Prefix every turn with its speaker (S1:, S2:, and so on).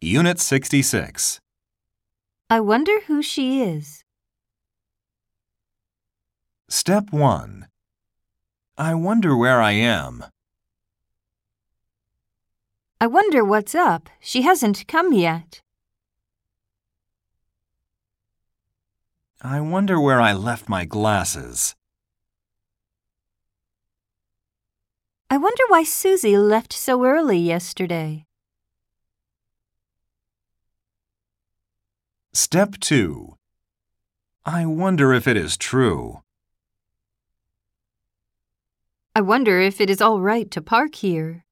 S1: Unit 66.
S2: I wonder who she is.
S1: Step 1. I wonder where I am.
S2: I wonder what's up. She hasn't come yet.
S1: I wonder where I left my glasses.
S2: I wonder why Susie left so early yesterday.
S1: Step 2. I wonder if it is true.
S2: I wonder if it is all right to park here.